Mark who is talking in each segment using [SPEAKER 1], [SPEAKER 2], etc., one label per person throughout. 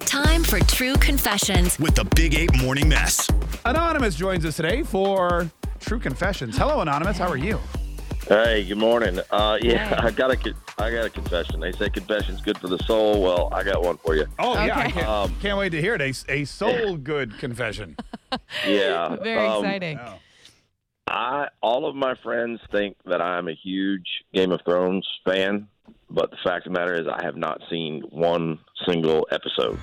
[SPEAKER 1] Time for True Confessions.
[SPEAKER 2] with the Big Eight Morning Mess.
[SPEAKER 3] Anonymous joins us today for True Confessions. Hello, Anonymous. How are you?
[SPEAKER 4] Hey, good morning. Uh, yeah,
[SPEAKER 1] Hey.
[SPEAKER 4] I got a, co- I got a confession. They say confession's good for the soul. Well, I got one for you.
[SPEAKER 3] Oh, yeah. I
[SPEAKER 5] Okay.
[SPEAKER 3] can't,
[SPEAKER 4] Um,
[SPEAKER 3] can't wait to hear it. A, a soul good confession.
[SPEAKER 4] Yeah,
[SPEAKER 5] Very
[SPEAKER 4] um,
[SPEAKER 5] exciting.
[SPEAKER 3] Oh.
[SPEAKER 4] I all of my friends think that I'm a huge Game of Thrones fan, but the fact of the matter is, I have not seen one single episode.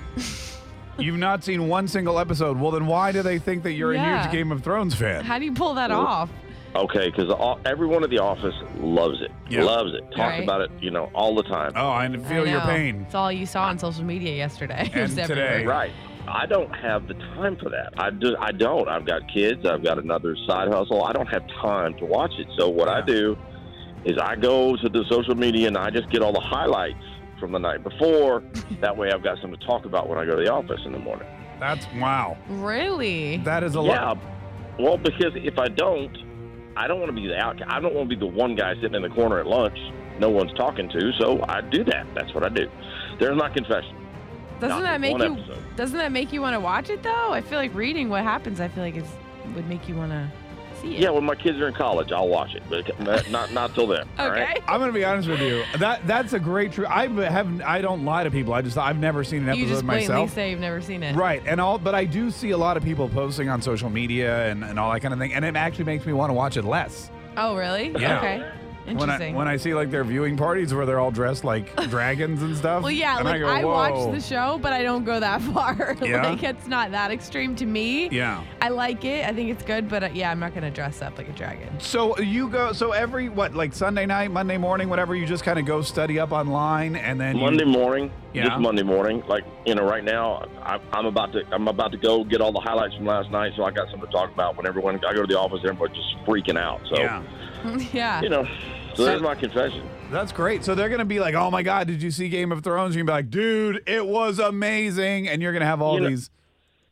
[SPEAKER 3] You've not seen one single episode. Well, then why do they think that you're a
[SPEAKER 5] Yeah.
[SPEAKER 3] huge Game of Thrones fan?
[SPEAKER 5] How do you pull that
[SPEAKER 4] Well,
[SPEAKER 5] off?
[SPEAKER 4] Okay, because everyone at the office loves it,
[SPEAKER 3] Yeah.
[SPEAKER 4] loves it, talks
[SPEAKER 5] Right.
[SPEAKER 4] about it, you know, all the time.
[SPEAKER 3] oh, I feel
[SPEAKER 5] I
[SPEAKER 3] your
[SPEAKER 5] know.
[SPEAKER 3] pain.
[SPEAKER 5] It's all you saw on social media yesterday. It was
[SPEAKER 3] And
[SPEAKER 5] everywhere.
[SPEAKER 3] today.
[SPEAKER 4] Right. I don't have the time for that. I do. I don't. I've got kids. I've got another side hustle. I don't have time to watch it. So what I
[SPEAKER 3] Yeah.
[SPEAKER 4] do is I go to the social media and I just get all the highlights from the night before. that way I've got something to talk about when I go to the office in the morning.
[SPEAKER 3] That's wow.
[SPEAKER 5] Really?
[SPEAKER 3] That is a
[SPEAKER 4] yeah.
[SPEAKER 3] lot.
[SPEAKER 4] Well, because if I don't, I don't want to be the out. I don't want to be the one guy sitting in the corner at lunch, no one's talking to. So I do that. That's what I do. There's my confession.
[SPEAKER 5] Doesn't
[SPEAKER 4] Not
[SPEAKER 5] that make
[SPEAKER 4] one
[SPEAKER 5] you
[SPEAKER 4] episode.
[SPEAKER 5] doesn't that make you want to watch it though? I feel like reading what happens, I feel like it's would make you want to see it.
[SPEAKER 4] Yeah, when my kids are in college, I'll watch it, but not not till then. All
[SPEAKER 5] okay.
[SPEAKER 4] right.
[SPEAKER 3] I'm gonna be honest with you. That that's a great true. I have I don't lie to people. I just I've never seen an episode
[SPEAKER 5] You just blatantly
[SPEAKER 3] myself.
[SPEAKER 5] say you've never seen it.
[SPEAKER 3] Right, and all, but I do see a lot of people posting on social media and, and all that kind of thing, and it actually makes me want to watch it less.
[SPEAKER 5] Oh, really?
[SPEAKER 3] Yeah.
[SPEAKER 5] Okay.
[SPEAKER 3] When I
[SPEAKER 5] Interesting.
[SPEAKER 3] when I see like their viewing parties where they're all dressed like dragons and stuff.
[SPEAKER 5] well, yeah,
[SPEAKER 3] and
[SPEAKER 5] like I,
[SPEAKER 3] go,
[SPEAKER 5] watch
[SPEAKER 3] "Whoa."
[SPEAKER 5] the show, but I don't go that far.
[SPEAKER 3] Yeah?
[SPEAKER 5] like it's not that extreme to me.
[SPEAKER 3] Yeah.
[SPEAKER 5] I like it. I think it's good, but uh, yeah, I'm not gonna dress up like a dragon.
[SPEAKER 3] So you go. So every what like Sunday night, Monday morning, whatever. You just kind of go study up online, and then you-
[SPEAKER 4] Monday morning,
[SPEAKER 3] Yeah.
[SPEAKER 4] just Monday morning. Like you know, right now I, I'm about to I'm about to go get all the highlights from last night, so I got something to talk about. When everyone I go to the office, everyone's just freaking out. So
[SPEAKER 3] yeah,
[SPEAKER 5] yeah.
[SPEAKER 4] you know, so there's my confession.
[SPEAKER 3] that's great. So they're gonna be like, "Oh my God, did you see Game of Thrones?" You're gonna be like, "Dude, it was amazing," and you're gonna have all
[SPEAKER 4] You know-
[SPEAKER 3] these.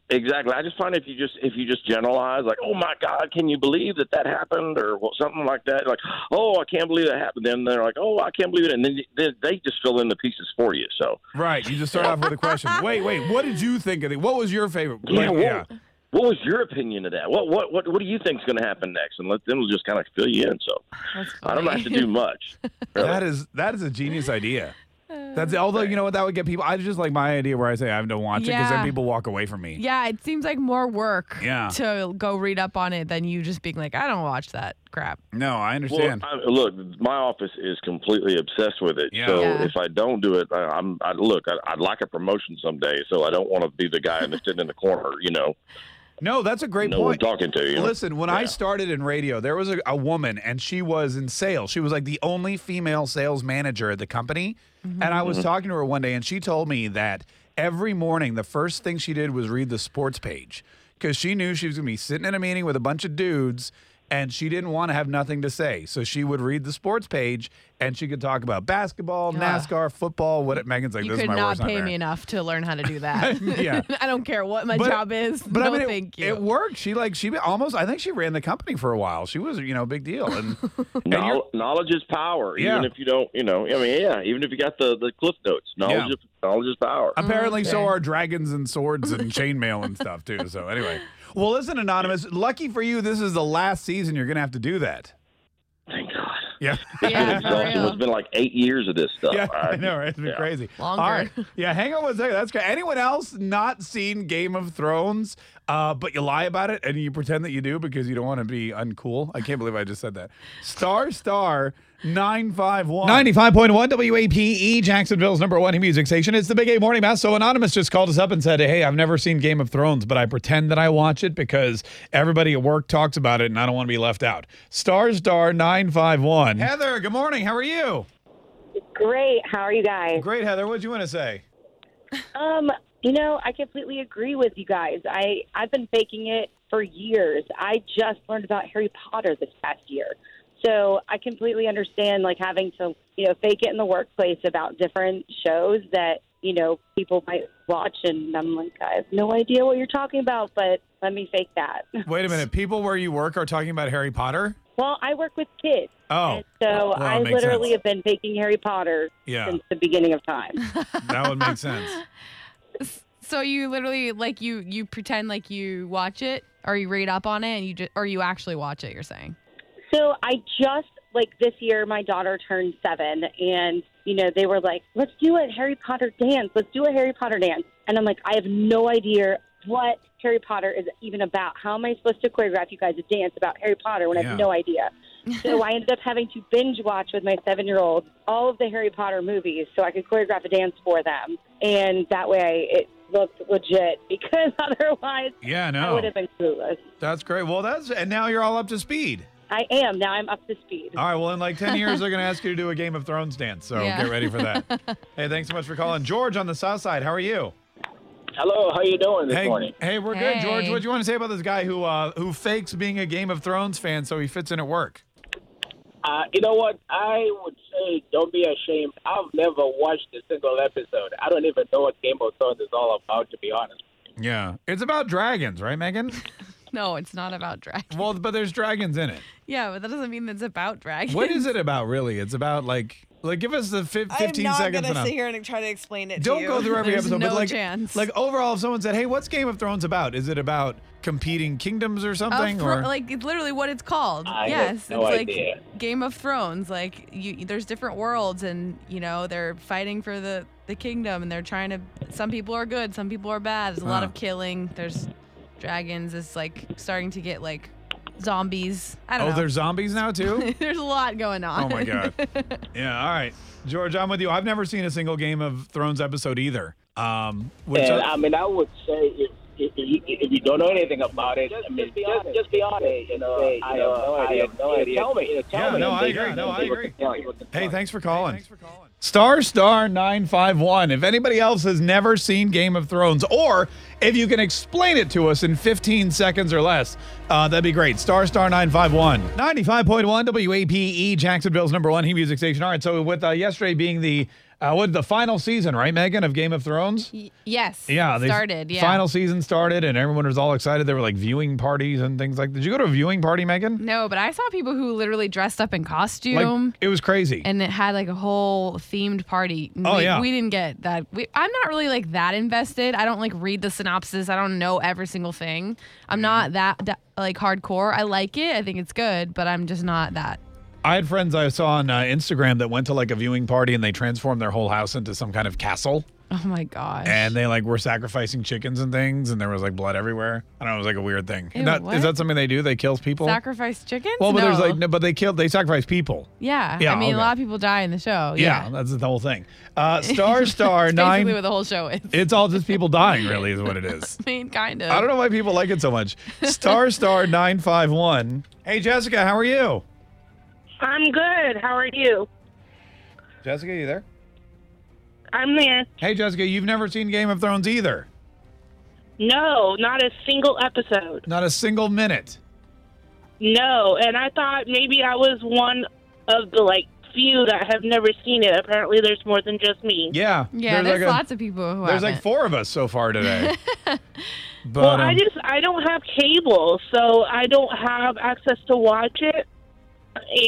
[SPEAKER 4] Exactly. I just find if you just if you just generalize, like, oh my God, can you believe that that happened, or well, something like that. Like, oh, I can't believe that happened. Then they're like, oh, I can't believe it, and then they, they just fill in the pieces for you. So
[SPEAKER 3] Right. You just start off with a question. Wait, wait. What did you think of it? What was your favorite?
[SPEAKER 4] Yeah,
[SPEAKER 3] Like,
[SPEAKER 4] what, what was your opinion of that? What what what, what do you think's going to happen next? And let them just kind of fill you in. So
[SPEAKER 5] That's
[SPEAKER 4] I don't have
[SPEAKER 5] funny.
[SPEAKER 4] to do much. really.
[SPEAKER 3] That is that is a genius idea. That's although you know what that would get people. I just like my idea where I say I don't watch it because
[SPEAKER 5] Yeah.
[SPEAKER 3] then people walk away from me.
[SPEAKER 5] Yeah, it seems like more work
[SPEAKER 3] Yeah.
[SPEAKER 5] to go read up on it than you just being like, I don't watch that crap.
[SPEAKER 3] No, I
[SPEAKER 4] Well,
[SPEAKER 3] understand.
[SPEAKER 4] I, look, my office is completely obsessed with it.
[SPEAKER 3] Yeah.
[SPEAKER 4] So
[SPEAKER 5] Yeah.
[SPEAKER 4] if I don't do it, I, I'm I, look. I, I'd like a promotion someday, so I don't want to be the guy that's sitting in the corner. You know,
[SPEAKER 3] no, that's a great
[SPEAKER 4] no one
[SPEAKER 3] point.
[SPEAKER 4] talking to you.
[SPEAKER 3] Listen, when I
[SPEAKER 4] Yeah.
[SPEAKER 3] started in radio, there was a, a woman and she was in sales. She was like the only female sales manager at the company.
[SPEAKER 5] Mm-hmm.
[SPEAKER 3] And I
[SPEAKER 4] Mm-hmm.
[SPEAKER 3] was talking to her one day and she told me that every morning the first thing she did was read the sports page because she knew she was going to be sitting in a meeting with a bunch of dudes and she didn't want to have nothing to say. So she would read the sports page and she could talk about basketball,
[SPEAKER 5] Ugh.
[SPEAKER 3] NASCAR, football, what it, Megan's like,
[SPEAKER 5] Ah. you
[SPEAKER 3] this is
[SPEAKER 5] could
[SPEAKER 3] my
[SPEAKER 5] not
[SPEAKER 3] worst
[SPEAKER 5] pay
[SPEAKER 3] nightmare.
[SPEAKER 5] me enough to learn how to do that.
[SPEAKER 3] Yeah.
[SPEAKER 5] I don't care what my
[SPEAKER 3] But-
[SPEAKER 5] job is.
[SPEAKER 3] But
[SPEAKER 5] no,
[SPEAKER 3] I mean, it,
[SPEAKER 5] thank you.
[SPEAKER 3] it worked. She like she almost. I think she ran the company for a while. She was you know a big deal. And, and
[SPEAKER 4] Knowl-
[SPEAKER 3] you're-
[SPEAKER 4] knowledge is power.
[SPEAKER 3] Yeah.
[SPEAKER 4] Even if you don't, you know, I mean, yeah. Even if you got the the cliff notes, knowledge
[SPEAKER 3] Yeah.
[SPEAKER 4] is knowledge is power.
[SPEAKER 3] apparently, so
[SPEAKER 5] Okay.
[SPEAKER 3] are dragons and swords and chainmail and stuff too. So anyway, well, listen, anonymous. Lucky for you, this is the last season you're gonna have to do that.
[SPEAKER 4] Thank God.
[SPEAKER 3] Yeah.
[SPEAKER 5] yeah, for
[SPEAKER 4] exhausting.
[SPEAKER 5] real.
[SPEAKER 4] It's been like eight years of this stuff.
[SPEAKER 3] Uh, Yeah,
[SPEAKER 4] All right.
[SPEAKER 3] I know, right? It's been
[SPEAKER 4] Yeah.
[SPEAKER 3] crazy.
[SPEAKER 5] Longer.
[SPEAKER 3] All right. Yeah, hang on one second. That's great. Anyone else not seen Game of Thrones, uh, but you lie about it and you pretend that you do because you don't want to be uncool? I can't believe I just said that. Star Star 951. 95.1 WAPE, E, Jacksonville's number one music station. It's the Big A Morning Mass. So Anonymous just called us up and said, Hey, I've never seen Game of Thrones, but I pretend that I watch it because everybody at work talks about it and I don't want to be left out. Star Star 951. Heather, good morning. How are you?
[SPEAKER 6] Great. How are you guys?
[SPEAKER 3] Great, Heather. What'd you want to say?
[SPEAKER 6] Um, you know, I completely agree with you guys. I I've been faking it for years. I just learned about Harry Potter this past year. So I completely understand like having to, you know, fake it in the workplace about different shows that, you know, people might watch and I'm like, I have no idea what you're talking about, but let me fake that.
[SPEAKER 3] Wait a minute. People where you work are talking about Harry Potter?
[SPEAKER 6] Well, I work with kids.
[SPEAKER 3] Oh,
[SPEAKER 6] And so
[SPEAKER 3] Well, it
[SPEAKER 6] I
[SPEAKER 3] makes
[SPEAKER 6] literally
[SPEAKER 3] sense.
[SPEAKER 6] have been faking Harry Potter
[SPEAKER 3] Yeah.
[SPEAKER 6] since the beginning of time.
[SPEAKER 3] that would make sense.
[SPEAKER 5] So you literally like you you pretend like you watch it or you read up on it and you just or you actually watch it. You're saying.
[SPEAKER 6] So I just like this year, my daughter turned seven, and you know they were like, "Let's do a Harry Potter dance. Let's do a Harry Potter dance." And I'm like, I have no idea what Harry Potter is even about. How am I supposed to choreograph you guys a dance about Harry Potter when I have
[SPEAKER 3] Yeah.
[SPEAKER 6] no idea? so I ended up having to binge watch with my seven year old all of the Harry Potter movies so I could choreograph a dance for them, and that way it looked legit because otherwise
[SPEAKER 3] Yeah,
[SPEAKER 6] I
[SPEAKER 3] no.
[SPEAKER 6] would have been clueless.
[SPEAKER 3] That's great. Well, that's and now you're all up to speed.
[SPEAKER 6] I am now. I'm up to speed.
[SPEAKER 3] All right. Well, in like 10 years, they're going to ask you to do a Game of Thrones dance. So
[SPEAKER 5] Yeah.
[SPEAKER 3] get ready for that. hey, thanks so much for calling. George on the South Side. How are you?
[SPEAKER 4] Hello, how you doing this
[SPEAKER 3] hey,
[SPEAKER 4] morning?
[SPEAKER 3] hey, we're good, George.
[SPEAKER 5] Hey.
[SPEAKER 3] What do you want to say about this guy who uh, who fakes being a Game of Thrones fan so he fits in at work?
[SPEAKER 4] Uh, you know what? I would say don't be ashamed. I've never watched a single episode. I don't even know what Game of Thrones is all about, to be honest.
[SPEAKER 3] Yeah, it's about dragons, right, Megan?
[SPEAKER 5] No, it's not about dragons.
[SPEAKER 3] well, but there's dragons in it.
[SPEAKER 5] Yeah, but that doesn't mean it's about dragons.
[SPEAKER 3] What is it about, really? It's about like like give us the fif- 15
[SPEAKER 7] I'm not
[SPEAKER 3] seconds. and
[SPEAKER 7] gonna
[SPEAKER 3] I'll-
[SPEAKER 7] sit here and try to explain it. to
[SPEAKER 3] Don't
[SPEAKER 7] you.
[SPEAKER 3] go through every
[SPEAKER 5] There's
[SPEAKER 3] episode, but
[SPEAKER 5] no
[SPEAKER 3] like,
[SPEAKER 5] chance.
[SPEAKER 3] like overall, if someone said, "Hey, what's Game of Thrones about?" Is it about competing kingdoms or
[SPEAKER 5] Of
[SPEAKER 3] something?
[SPEAKER 5] thro-
[SPEAKER 3] or
[SPEAKER 5] like it's literally what it's called.
[SPEAKER 4] I have
[SPEAKER 5] yes,
[SPEAKER 4] no
[SPEAKER 5] it's
[SPEAKER 4] idea.
[SPEAKER 5] like Game of Thrones. Like you, there's different worlds, and you know they're fighting for the the kingdom, and they're trying to. Some people are good, some people are bad. There's a lot
[SPEAKER 3] Huh.
[SPEAKER 5] of killing. There's dragons. It's like starting to get like zombies. I
[SPEAKER 3] oh,
[SPEAKER 5] don't know.
[SPEAKER 3] there's zombies now too.
[SPEAKER 5] There's, a lot going on.
[SPEAKER 3] oh my god. Yeah. All right, George, I'm with you. I've never seen a single Game of Thrones episode either. Um, which
[SPEAKER 8] And
[SPEAKER 3] I-
[SPEAKER 8] I mean, I would say if if, if, you, if you don't know anything about it, I mean,
[SPEAKER 4] be honest.
[SPEAKER 8] just be honest. You know,
[SPEAKER 4] Say, you
[SPEAKER 8] I
[SPEAKER 4] know,
[SPEAKER 8] have no
[SPEAKER 4] I
[SPEAKER 8] idea.
[SPEAKER 4] have no idea.
[SPEAKER 8] Tell me.
[SPEAKER 4] Yeah,
[SPEAKER 8] tell me.
[SPEAKER 3] no,
[SPEAKER 8] And
[SPEAKER 3] I
[SPEAKER 8] they-
[SPEAKER 3] agree. No,
[SPEAKER 8] and
[SPEAKER 3] I
[SPEAKER 8] they will
[SPEAKER 3] agree.
[SPEAKER 8] tell you.
[SPEAKER 3] hey, thanks for calling.
[SPEAKER 2] Thanks for calling.
[SPEAKER 3] Star Star 951. If anybody else has never seen Game of Thrones, or if you can explain it to us in 15 seconds or less, uh, that'd be great. Star Star 951. 95.1 WAPE, E, Jacksonville's number one heat music station. All right, so with uh, yesterday being the uh, what the final season, right, Megan, of Game of Thrones?
[SPEAKER 5] Y- yes.
[SPEAKER 3] Yeah, they
[SPEAKER 5] started. Yeah.
[SPEAKER 3] Final season started, and everyone was all excited. There were like viewing parties and things like. Did you go to a viewing party, Megan?
[SPEAKER 5] No, but I saw people who literally dressed up in costume.
[SPEAKER 3] Like it was crazy.
[SPEAKER 5] and it had like a whole themed party.
[SPEAKER 3] Oh,
[SPEAKER 5] we,
[SPEAKER 3] yeah.
[SPEAKER 5] we didn't get that. We, I'm not really like that invested. I don't like read the synopsis. I don't know every single thing.
[SPEAKER 3] Mm.
[SPEAKER 5] I'm not that, that like hardcore. I like it. I think it's good, but I'm just not that.
[SPEAKER 3] I had friends I saw on uh, Instagram that went to like a viewing party and they transformed their whole house into some kind of castle.
[SPEAKER 5] Oh my gosh.
[SPEAKER 3] And they like were sacrificing chickens and things, and there was like blood everywhere. I don't know, it was like a weird thing.
[SPEAKER 5] Ew,
[SPEAKER 3] That-
[SPEAKER 5] what?
[SPEAKER 3] is that something they do? They kill people?
[SPEAKER 5] sacrifice chickens?
[SPEAKER 3] well, but there's
[SPEAKER 5] No.
[SPEAKER 3] like, no, but they killed, they sacrifice people.
[SPEAKER 5] yeah.
[SPEAKER 3] Yeah,
[SPEAKER 5] I mean,
[SPEAKER 3] okay.
[SPEAKER 5] a lot of people die in the show.
[SPEAKER 3] Yeah,
[SPEAKER 5] Yeah.
[SPEAKER 3] that's the whole thing. Uh, star Star
[SPEAKER 5] That's basically
[SPEAKER 3] Nine.
[SPEAKER 5] what the whole show is.
[SPEAKER 3] it's all just people dying, really, is what it is.
[SPEAKER 5] I mean, kind of.
[SPEAKER 3] I don't know why people like it so much. Star Star Nine Five One. Hey, Jessica, how are you?
[SPEAKER 9] I'm good. How are you?
[SPEAKER 3] Jessica, you there?
[SPEAKER 9] I'm there.
[SPEAKER 3] Hey, Jessica, you've never seen Game of Thrones either.
[SPEAKER 9] No, not a single episode.
[SPEAKER 3] Not a single minute.
[SPEAKER 9] No, and I thought maybe I was one of the like few that have never seen it. Apparently, there's more than just me.
[SPEAKER 3] Yeah.
[SPEAKER 5] Yeah, there's,
[SPEAKER 3] like a-
[SPEAKER 5] lots of people who
[SPEAKER 3] There's like
[SPEAKER 5] haven't.
[SPEAKER 3] four of us so far today. but
[SPEAKER 9] Well,
[SPEAKER 3] um,
[SPEAKER 9] I just I don't have cable, so I don't have access to watch it.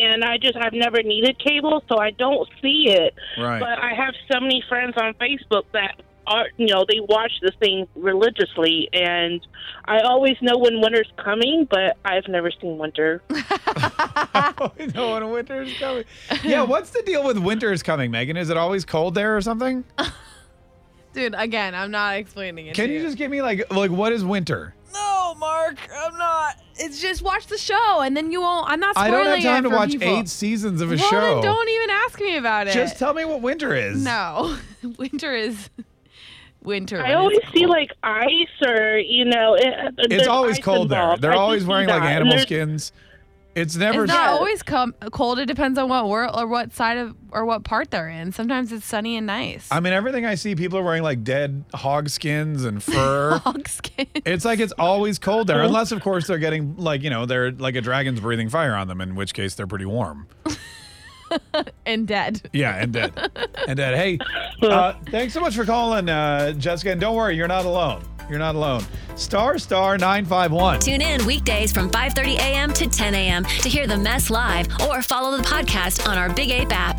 [SPEAKER 9] And I just I've never needed cable, so I don't see it.
[SPEAKER 3] right.
[SPEAKER 9] But I have so many friends on Facebook that are, you know, they watch this thing religiously, and I always know when winter's coming, but I've never seen winter.
[SPEAKER 3] no one winter's coming. Yeah, what's the deal with winter's coming, Megan? Is it always cold there or something?
[SPEAKER 5] Dude, again, I'm not explaining it.
[SPEAKER 3] Can
[SPEAKER 5] to
[SPEAKER 3] you just give me like like what is winter?
[SPEAKER 7] No, Mark, I'm not.
[SPEAKER 5] It's just watch the show, and then you won't. I'm not.
[SPEAKER 3] I
[SPEAKER 5] Spoiling
[SPEAKER 3] don't have time
[SPEAKER 5] it
[SPEAKER 3] to
[SPEAKER 5] for
[SPEAKER 3] watch
[SPEAKER 5] people.
[SPEAKER 3] eight seasons of a
[SPEAKER 5] well,
[SPEAKER 3] show.
[SPEAKER 5] Then don't even ask me about it.
[SPEAKER 3] Just tell me what winter is.
[SPEAKER 5] no. winter is winter.
[SPEAKER 9] I always see like ice or you know, it,
[SPEAKER 3] It's
[SPEAKER 9] there's
[SPEAKER 3] always
[SPEAKER 9] ice
[SPEAKER 3] cold there.
[SPEAKER 9] involved.
[SPEAKER 3] They're
[SPEAKER 9] I do
[SPEAKER 3] always
[SPEAKER 9] see
[SPEAKER 3] wearing like
[SPEAKER 9] that. And
[SPEAKER 3] animal
[SPEAKER 9] there's-
[SPEAKER 3] skins. It's never.
[SPEAKER 5] it's not always com- cold. It depends on what world or what side of or what part they're in. Sometimes it's sunny and nice.
[SPEAKER 3] I mean, everything I see, people are wearing like dead hog skins and fur.
[SPEAKER 5] Hog skin.
[SPEAKER 3] It's like it's always cold there, unless of course they're getting like you know they're like a dragon's breathing fire on them, in which case they're pretty warm.
[SPEAKER 5] and dead.
[SPEAKER 3] Yeah, and dead, and dead. Hey, uh, thanks so much for calling, uh, Jessica. And don't worry, you're not alone. You're not alone. Star star nine five one.
[SPEAKER 1] Tune in weekdays from 5:30 a.m. to 10 a.m. to hear the mess live or follow the podcast on our Big Ape app.